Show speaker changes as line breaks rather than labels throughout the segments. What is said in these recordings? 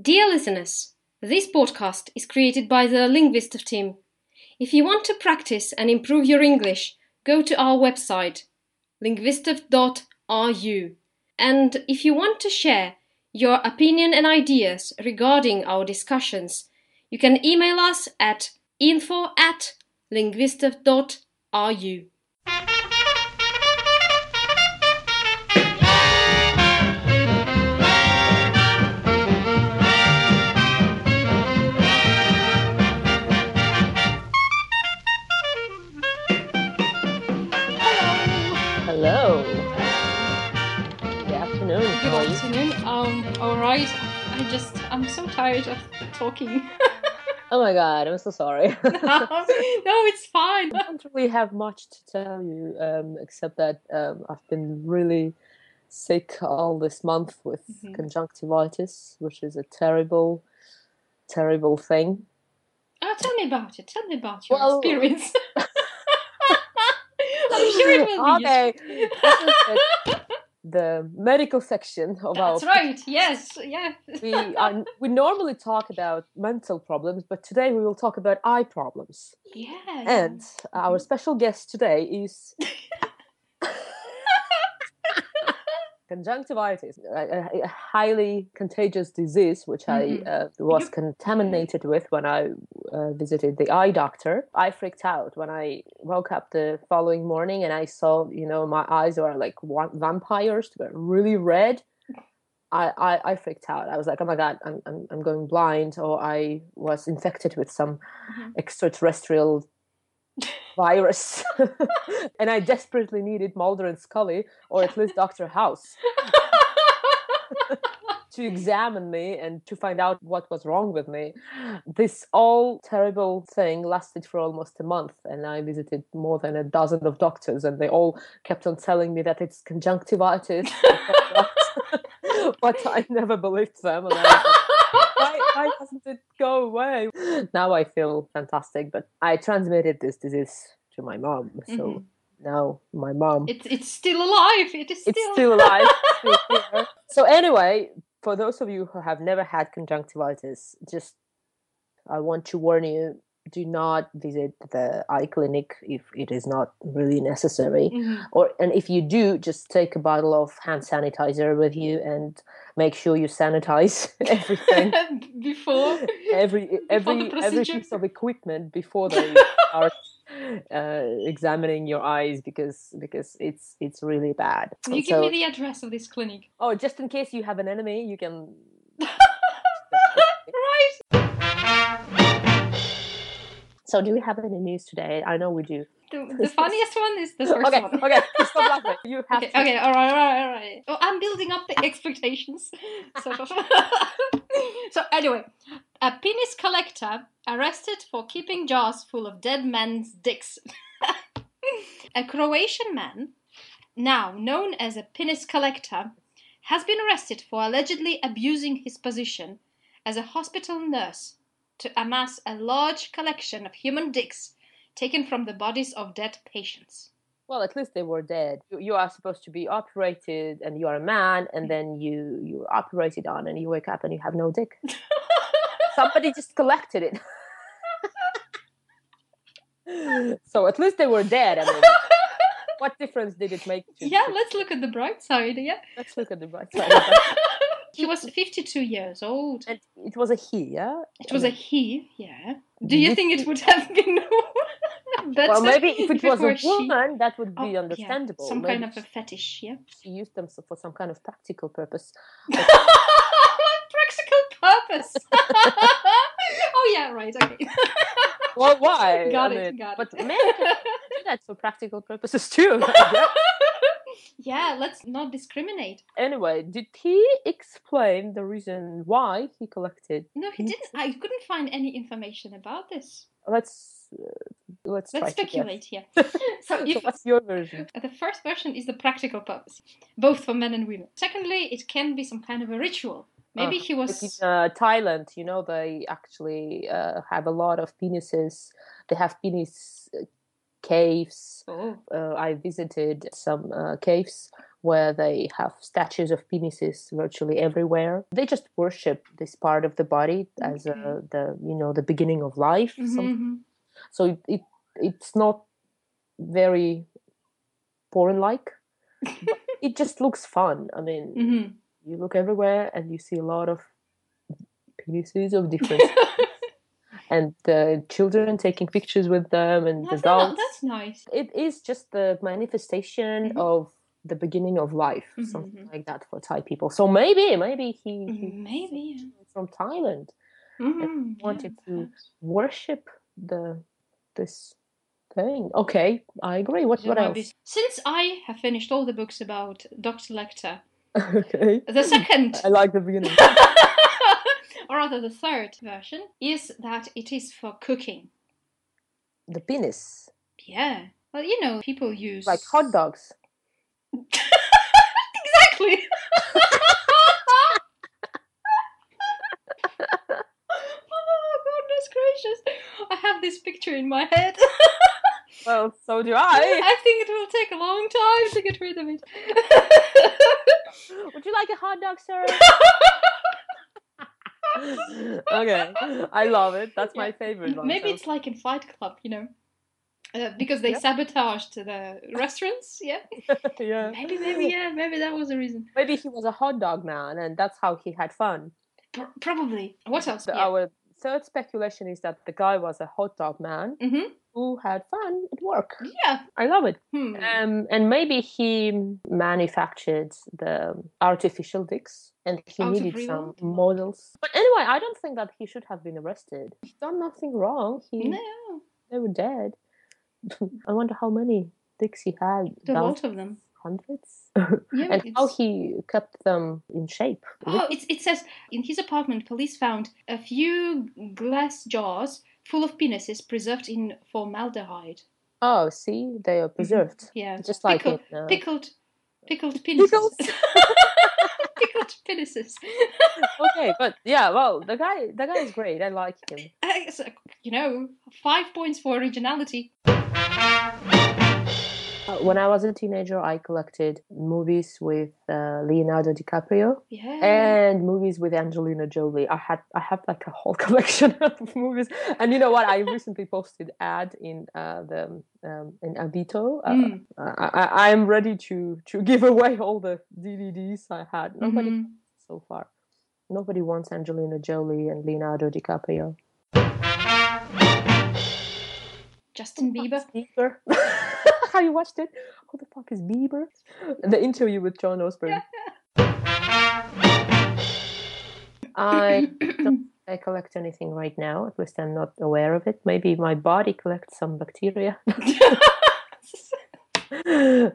Dear listeners, this podcast is created by the Linguist team. If you want to practice and improve your English, go to our website linguistif.ru. And if you want to share your opinion and ideas regarding our discussions, you can email us at info at linguistif.ru.
Hello. Good afternoon.
Good
How are you?
afternoon. Um, all right. I just I'm so tired of talking.
Oh my god, I'm so sorry.
no, it's fine.
I don't really have much to tell you, um, except that um, I've been really sick all this month with
Mhm.
conjunctivitis, which is a terrible, terrible thing.
Oh, tell me about it. Tell me about your
Well-
experience. I'm sure it will be.
okay.
useful.
This is the- the medical section of our
That's right. Yes. Yeah.
we are, we normally talk about mental problems, but today we will talk about eye problems.
Yeah.
And our special guest today is conjunctivitis, a, a- a highly contagious disease which
Mhm.
I uh, was
You-
contaminated with when I uh, visited the eye doctor. I freaked out when I woke up the following morning and I saw, you know, my eyes were like wa- vampires, they were really red. I, I, I freaked out. I was like, oh my god, I'm, I'm, I'm going blind, or I was infected with some
Mhm.
extraterrestrial virus. and I desperately needed Mulder and Scully, or at least Dr. House, to examine me and to find out what was wrong with me. This all terrible thing lasted for almost a month, and I visited more than a dozen of doctors, and they all kept on telling me that it's conjunctivitis. but I never believed them. And I was like, why, why doesn't it go away? Now I feel fantastic, but I transmitted this disease to my mom. So
Mhm.
now my mom,
It's it's still alive. It is still.
it's still alive. it's still here. So anyway, for those of you who have never had conjunctivitis, just I want to warn you: do not visit the eye clinic if it is not really necessary
Mhm.
or and if you do just take a bottle of hand sanitizer with you and make sure you sanitize everything
Before.
every every
the
every
procedure.
piece of equipment before they start uh, examining your eyes because because it's it's really bad
Will you give
So-
me the address of this clinic?
oh just in case you have an enemy you can
Right.
so do we have any news today i know we do
The, the funniest one is the first
okay
one.
okay stop laughing you have
Okay,
to
okay, all right, all right, all right. Oh, I'm building up the expectations. sort of. so anyway, a penis collector arrested for keeping jars full of dead men's dicks. a Croatian man, now known as a penis collector, has been arrested for allegedly abusing his position as a hospital nurse to amass a large collection of human dicks taken from the bodies of dead patients.
Well, at least they were dead. You, you are supposed to be operated, and you are a man, and then you you're operated on, and you wake up and you have no dick. Somebody just collected it. so at least they were dead. I mean, what difference did it make? To,
Yeah,
to-
let's look at the bright side. Yeah,
let's look at the bright side. of that.
he was 52 years old.
and it was a he, yeah.
It was a he. Yeah. Do you think it would have been better?
Well, maybe if it was
were
a
she?
woman, that would
Oh,
be
yeah,
understandable.
Some
Maybe
kind of a fetish. Yeah.
she used them for some kind of practical purpose.
Practical purpose. oh yeah, right. Okay.
Well, why?
Got
I
it,
mean,
got
but
it.
men can do that for practical purposes too.
yeah, let's not discriminate.
anyway, did he explain the reason why he collected?
No, he
Mm.
didn't. I couldn't find any information about this.
Let's uh, let's
Let's
try to guess.
speculate here. So
So
if
what's your version?
The first version is the practical purpose, both for men and women. Secondly, it can be some kind of a ritual. Maybe he
Like in
was.
uh, Thailand, you know, they actually uh, have a lot of penises. They have penis uh, caves.
Oh,
Uh, I visited some uh, caves where they have statues of penises virtually everywhere. They just worship this part of the body as uh, the you know the beginning of life.
Mhm,
some-
mhm.
So it, it it's not very porn like. it just looks fun. I mean,
Mhm.
you look everywhere and you see a lot of penises of different and the children taking pictures with them and
I
the
feel that-
adults.
that's nice.
It is just the manifestation
Mhm.
of the beginning of life,
Mhm,
something like that for Thai people. So maybe, maybe he, he
Mm-hmm, Maybe. yeah.
from Thailand
Mhm,
wanted
yeah,
to-
perhaps.
worship the this thing. Okay, I agree. What
There
what
might be-
else?
Since I have finished all the books about Dr. Lecter,
okay,
the second
Mm-hmm. I like the beginning.
or rather the third version is that it is for cooking.
the penis,
Yeah. Well, you know, people use
like hot dogs.
Exactly. oh goodness gracious! I have this picture in my head.
Well, so do I.
I think it will take a long time to get rid of it.
Would you like a hot dog, sir? okay, I love it. That's my favorite one.
Maybe
so-
it's like in Fight Club, you know. Uh, because they
Mm, Yeah.
sabotaged the restaurants, yeah.
yeah.
Maybe, maybe, yeah, maybe that was the reason.
Maybe he was a hot dog man, and that's how he had fun.
Pro probably. What else?
So
Yeah.
Our third speculation is that the guy was a hot dog man
Mhm.
who had fun at work.
Yeah.
I love it.
Hmm.
Um, and maybe he manufactured the artificial dicks, and he
Out of
needed
Oh, real
some
world.
models. But anyway, I don't think that he should have been arrested. He's done nothing wrong. He,
no,
They were dead. I wonder how many dicks he had.
the
Down
lot of them.
hundreds.
Yeah,
and how
it's-
he kept them in shape.
Oh, it's, it says in his apartment, police found a few glass jars full of penises preserved in formaldehyde.
Oh, see, they are preserved.
Yeah,
Just like
Mm-hmm. Pickle-
in, uh,
pickled, pickled penises.
Pickles?
pickled penises.
okay, but yeah, well, the guy, the guy is great. I like him.
I- so, you know, five points for originality.
Uh, When I was a teenager, I collected movies with uh, Leonardo DiCaprio
Yeah.
and movies with Angelina Jolie. I had, I have like a whole collection of movies. And you know what? I recently posted ad in uh, the um, in Avito. Uh,
Mm,
I, I, I'm ready to to give away all the DVDs I had. Nobody
mhm.
so far. Nobody wants Angelina Jolie and Leonardo DiCaprio.
Justin Bieber.
Bieber. Have you watched it? Who the fuck is Bieber? The interview with John Osborne. I don't I collect anything right now. At least I'm not aware of it. Maybe my body collects some bacteria.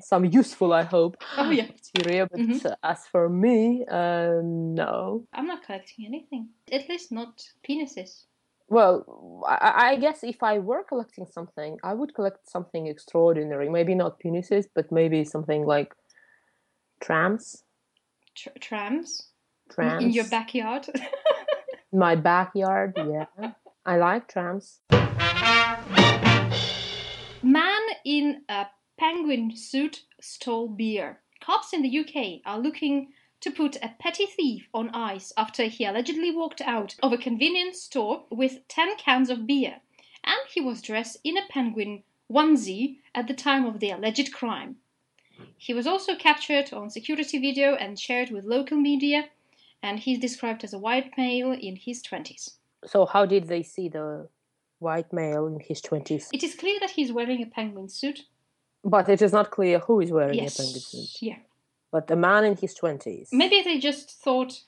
some useful, I hope.
Oh, yeah.
Bacteria. But
Mhm.
uh, as for me, uh, no.
I'm not collecting anything. At least not penises.
Well, I, I guess if I were collecting something, I would collect something extraordinary. Maybe not penises, but maybe something like trams.
Tr- trams. In-
Trams
in your backyard.
My backyard. Yeah, I like trams.
Man in a penguin suit stole beer. Cops in the UK are looking to put a petty thief on ice after he allegedly walked out of a convenience store with 10 cans of beer and he was dressed in a penguin onesie at the time of the alleged crime. He was also captured on security video and shared with local media and he's described as a white male in his 20s.
So, how did they see the white male in his twenties?
It is clear that he's wearing a penguin suit.
But it is not clear who is wearing a penguin
Yes.
suit.
Yeah.
But the man in his twenties.
Maybe they just thought,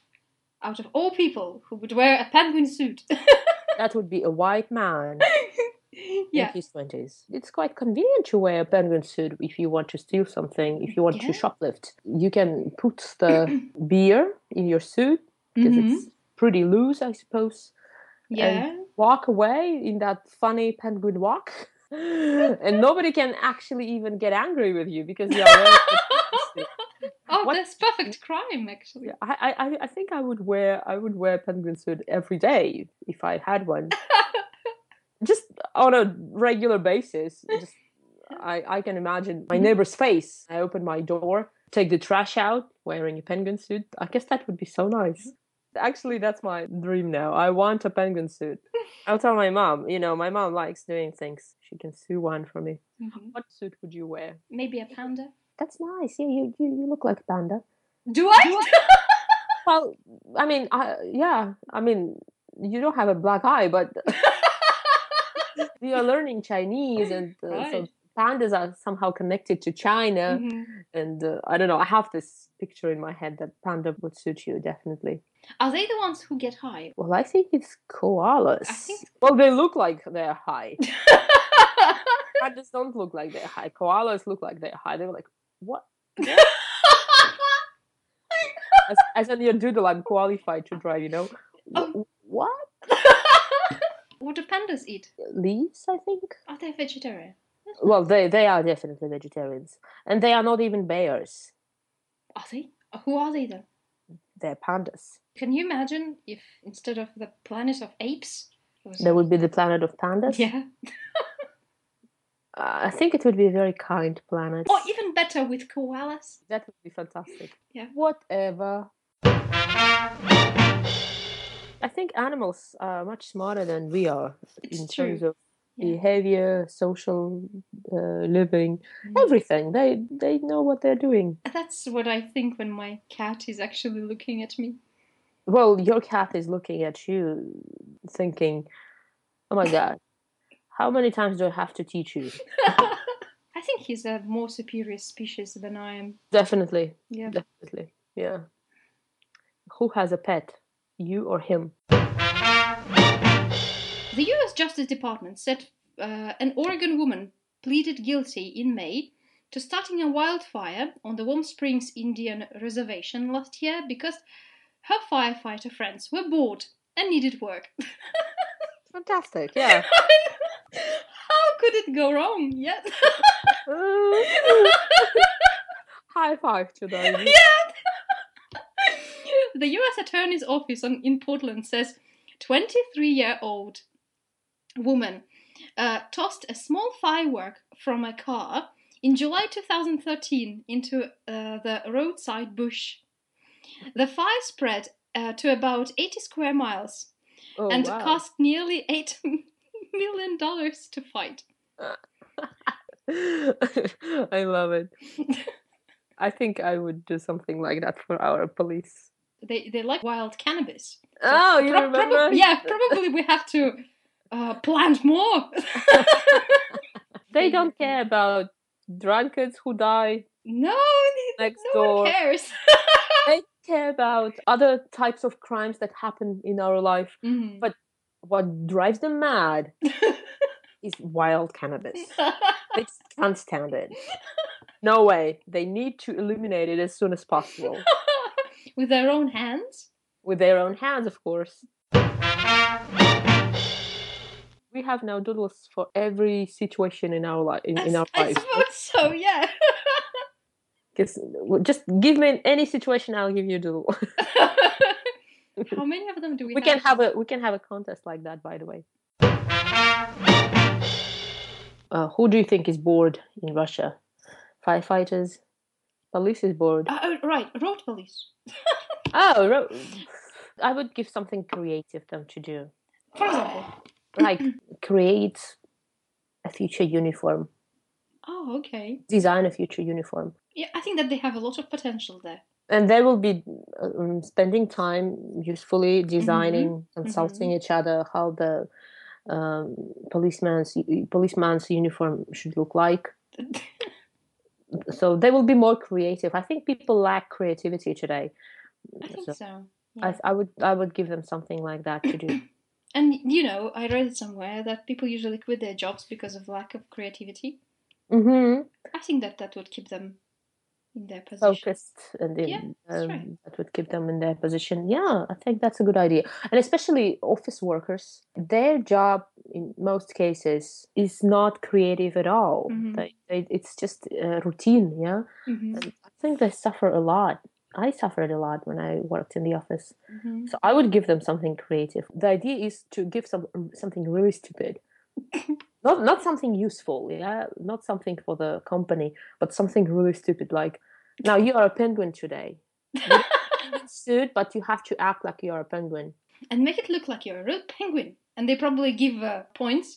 out of all people who would wear a penguin suit.
That would be a white man
yeah.
in his twenties. It's quite convenient to wear a penguin suit if you want to steal something. If you want
Yeah.
to shoplift, you can put the beer in your suit because
Mhm.
it's pretty loose, I suppose.
Mm-hmm. Yeah.
walk away in that funny penguin walk, and nobody can actually even get angry with you because you're. wearing a penguin suit.
oh,
what-
that's perfect crime, actually.
Yeah, I, I, I- I think I would wear I would wear penguin suit every day if I had one. just on a Mm-hmm. regular basis. Just I, I can imagine my neighbor's face. I open my door, take the trash out wearing a penguin suit. I guess that would be so nice. Actually, that's my dream now. I want a penguin suit. I'll tell my mom. You know, my mom likes doing things. She can sew one for me.
Mhm.
What suit would you wear?
Maybe a panda.
That's nice. Yeah, you, you, you look like a panda.
Do I?
Well, I mean, I, yeah, I mean, you don't have a black eye, but you are learning Chinese, and uh, so
Right.
pandas are somehow connected to China.
Mhm.
And uh, I don't know. I have this picture in my head that panda would suit you definitely.
Are they the ones who get high?
Well, I think it's koalas.
I think-
Well, they look like they're high. pandas don't look like they're high. Koalas look like they're high. They're like what? As, as an your doodle, I'm qualified to drive. You know. Wh- What
what do pandas eat?
leaves? I think.
Are they vegetarian?
Well, they they are definitely vegetarians, and they are not even bears.
Are they? Who are they then?
They're pandas.
Can you imagine if instead of the planet of apes, it was-
They would be the planet of pandas.
yeah,
Uh, I think it would be a very kind planet.
or even better with koalas?
That would be fantastic.
Yeah.
Whatever. I think animals are much smarter than we are
It's
in
true.
terms of
Yeah.
behavior, social uh, living,
Mm.
everything. They they know what they're doing.
That's what I think when my cat is actually looking at me.
Well, your cat is looking at you, thinking, "Oh my god, how many times do I have to teach you?"
I think he's a more superior species than I am.
Definitely,
Yeah.
definitely, yeah. Who has a pet, you or him?
The U.S. Justice Department said uh, an Oregon woman pleaded guilty in May to starting a wildfire on the Warm Springs Indian Reservation last year because her firefighter friends were bored and needed work.
Fantastic, yeah.
How could it go wrong? Yeah.
High five to those.
the U.S. Attorney's Office on, in Portland says 23 year old woman uh, tossed a small firework from a car in July 2013 into uh, the roadside bush. The fire spread uh, to about 80 square miles
Oh,
and
wow.
cost nearly $8 million to fight.
I love it. I think I would do something like that for our police.
They, they like wild cannabis.
Oh, you
Pro-
remember?
probab- yeah, probably we have to uh, plant more.
They don't care about drunkards who die
No,
next
no
door.
one cares.
They care about other types of crimes that happen in our life.
Mhm.
But- What drives them mad is wild cannabis. They just can't stand it. No way. They need to eliminate it as soon as possible.
With their own hands?
with their own hands, of course. We have now doodles for every situation in our life. In, in
I,
our
s- I
life,
suppose so, yeah.
'Cause, well, just give me any situation, I'll give you a doodle.
How many of them do we,
we can have a we can have a contest like that, by the way. Uh, who do you think is bored in Russia? Firefighters, police is bored.
Uh, oh, right, road police.
Oh, ro- I would give something creative them to do,
For example.
like create a future uniform.
Oh, okay.
design a future uniform
Yeah, I think that they have a lot of potential there.
and they will be um, spending time usefully designing consulting each other how the um, policeman's policeman's uniform should look like so they will be more creative i think people lack creativity today
I think
So
so.
I, I would i would give them something like that to do
And you know, I read it somewhere that people usually quit their jobs because of lack of creativity.
hmm
I think that that would keep them in their position.
focused and in,
Yeah, that's
um,
right.
that would keep them in their position. Yeah, I think that's a good idea. And especially office workers, their job in most cases is not creative at all.
Mhm.
They, they, it's just uh, routine. Yeah,
Mhm,
and I think they suffer a lot. I suffered a lot when I worked in the office.
mhm.
So I would give them something creative. The idea is to give some something really stupid. not not something useful, yeah, not something for the company, but something really stupid like Now you are a penguin today. You're a penguin suit, but you have to act like you are a penguin.
and make it look like you're a real penguin. And they probably give uh, points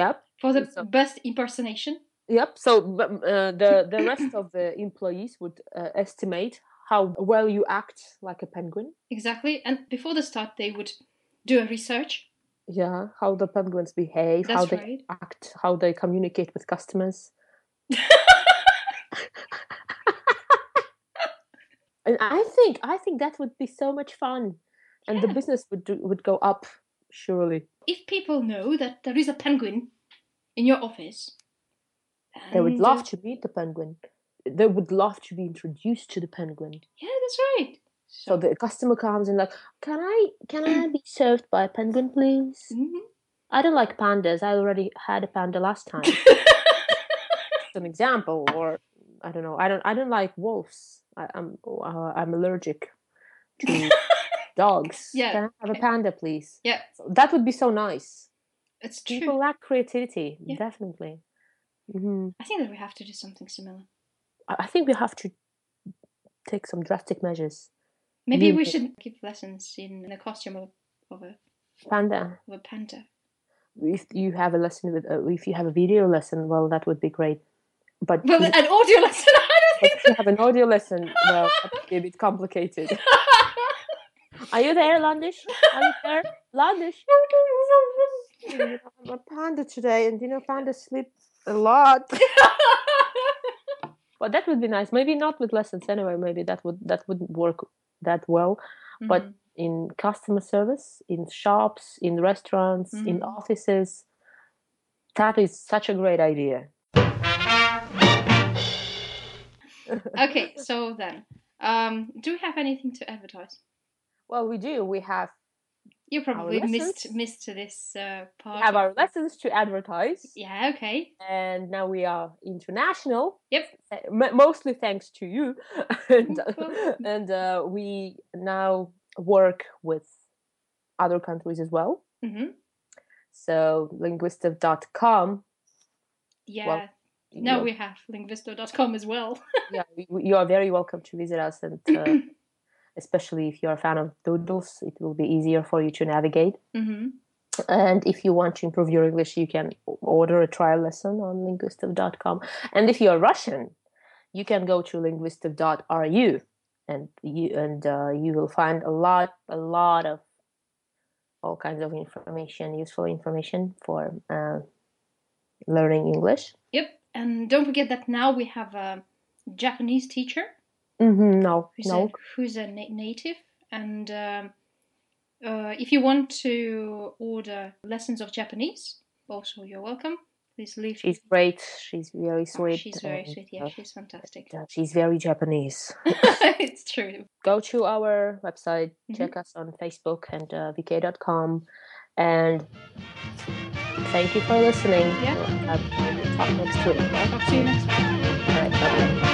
Yep.
for the
So-
best impersonation.
Yep. So b- uh, the the rest of the employees would uh, estimate how well you act like a penguin.
Exactly. And before the start, they would do a research.
Yeah, how the penguins behave, how
That's
they
right.
act, how they communicate with customers. and I think I think that would be so much fun, and the
Yeah.
business would do, would go up surely.
If people know that there is a penguin in your office,
They would
and, uh,
love to meet the penguin. They would love to be introduced to the penguin.
Yeah, that's right.
So the customer comes and like, can I can I be served by a penguin, please?
Mhm.
I don't like pandas. I already had a panda last time. an example or i don't know i don't i don't like wolves I, i'm uh, i'm allergic to dogs
Yeah,
can i have
okay.
a panda please
Yeah.
So that would be so nice
It's true.
people lack creativity
Yeah.
definitely hmm
I think that we have to do something similar.
I, I think we have to take some drastic measures
Maybe
You
we
do.
should give lessons in the costume of, of, a,
panda
of a panda.
if you have a lesson with uh, if you have a video lesson well that would be great but
Well,
if
an audio lesson. I don't think
you have an audio lesson well that would be a bit complicated Are you there, Landish? Are you there? Landish? I'm a panda today, and you know, panda sleep a lot. But that would be nice. Maybe not with lessons anyway. Maybe that would that wouldn't work that well But-
Mhm.
in customer service, in shops, in restaurants, in
Mhm.
offices. That is such a great idea.
Mm-hmm. okay, so then, um, do we have anything to advertise?
Well, we do. We have
You probably missed
lessons?
missed this uh, part.
we have
of-
our lessons to advertise,
Yeah. Okay.
and now we are international.
Yep.
th- mo- mostly thanks to you and,
Well-
and uh, we now work with other countries as well
hmm
so linguistive.com
Yeah.
you
now
are-
we have linguisto.com as well.
yeah, you- you are very welcome to visit us and uh, especially if you're a fan of doodles it will be easier for you to navigate
hmm
and if you want to improve your english you can o- order a trial lesson on linguistive.com and if you're russian you can go to linguistive.ru and you and uh, you will find a lot a lot of all kinds of information useful information for uh, learning english
Yep. And don't forget that now we have a Japanese teacher
mm-hmm, no
who's
no
a, who's a na- native and. Um, uh, if you want to order lessons of Japanese, also you're welcome. Please leave.
she's great she's very
Oh,
sweet
she's very
and,
sweet. Yeah,
uh,
she's fantastic.
uh, she's very japanese
it's true.
go to our website,
Mhm.
check us on Facebook and uh, vk.com. And thank you for listening.
Yeah.
We'll have- we'll talk next week.
Talk to you next time.
All right, bye-bye.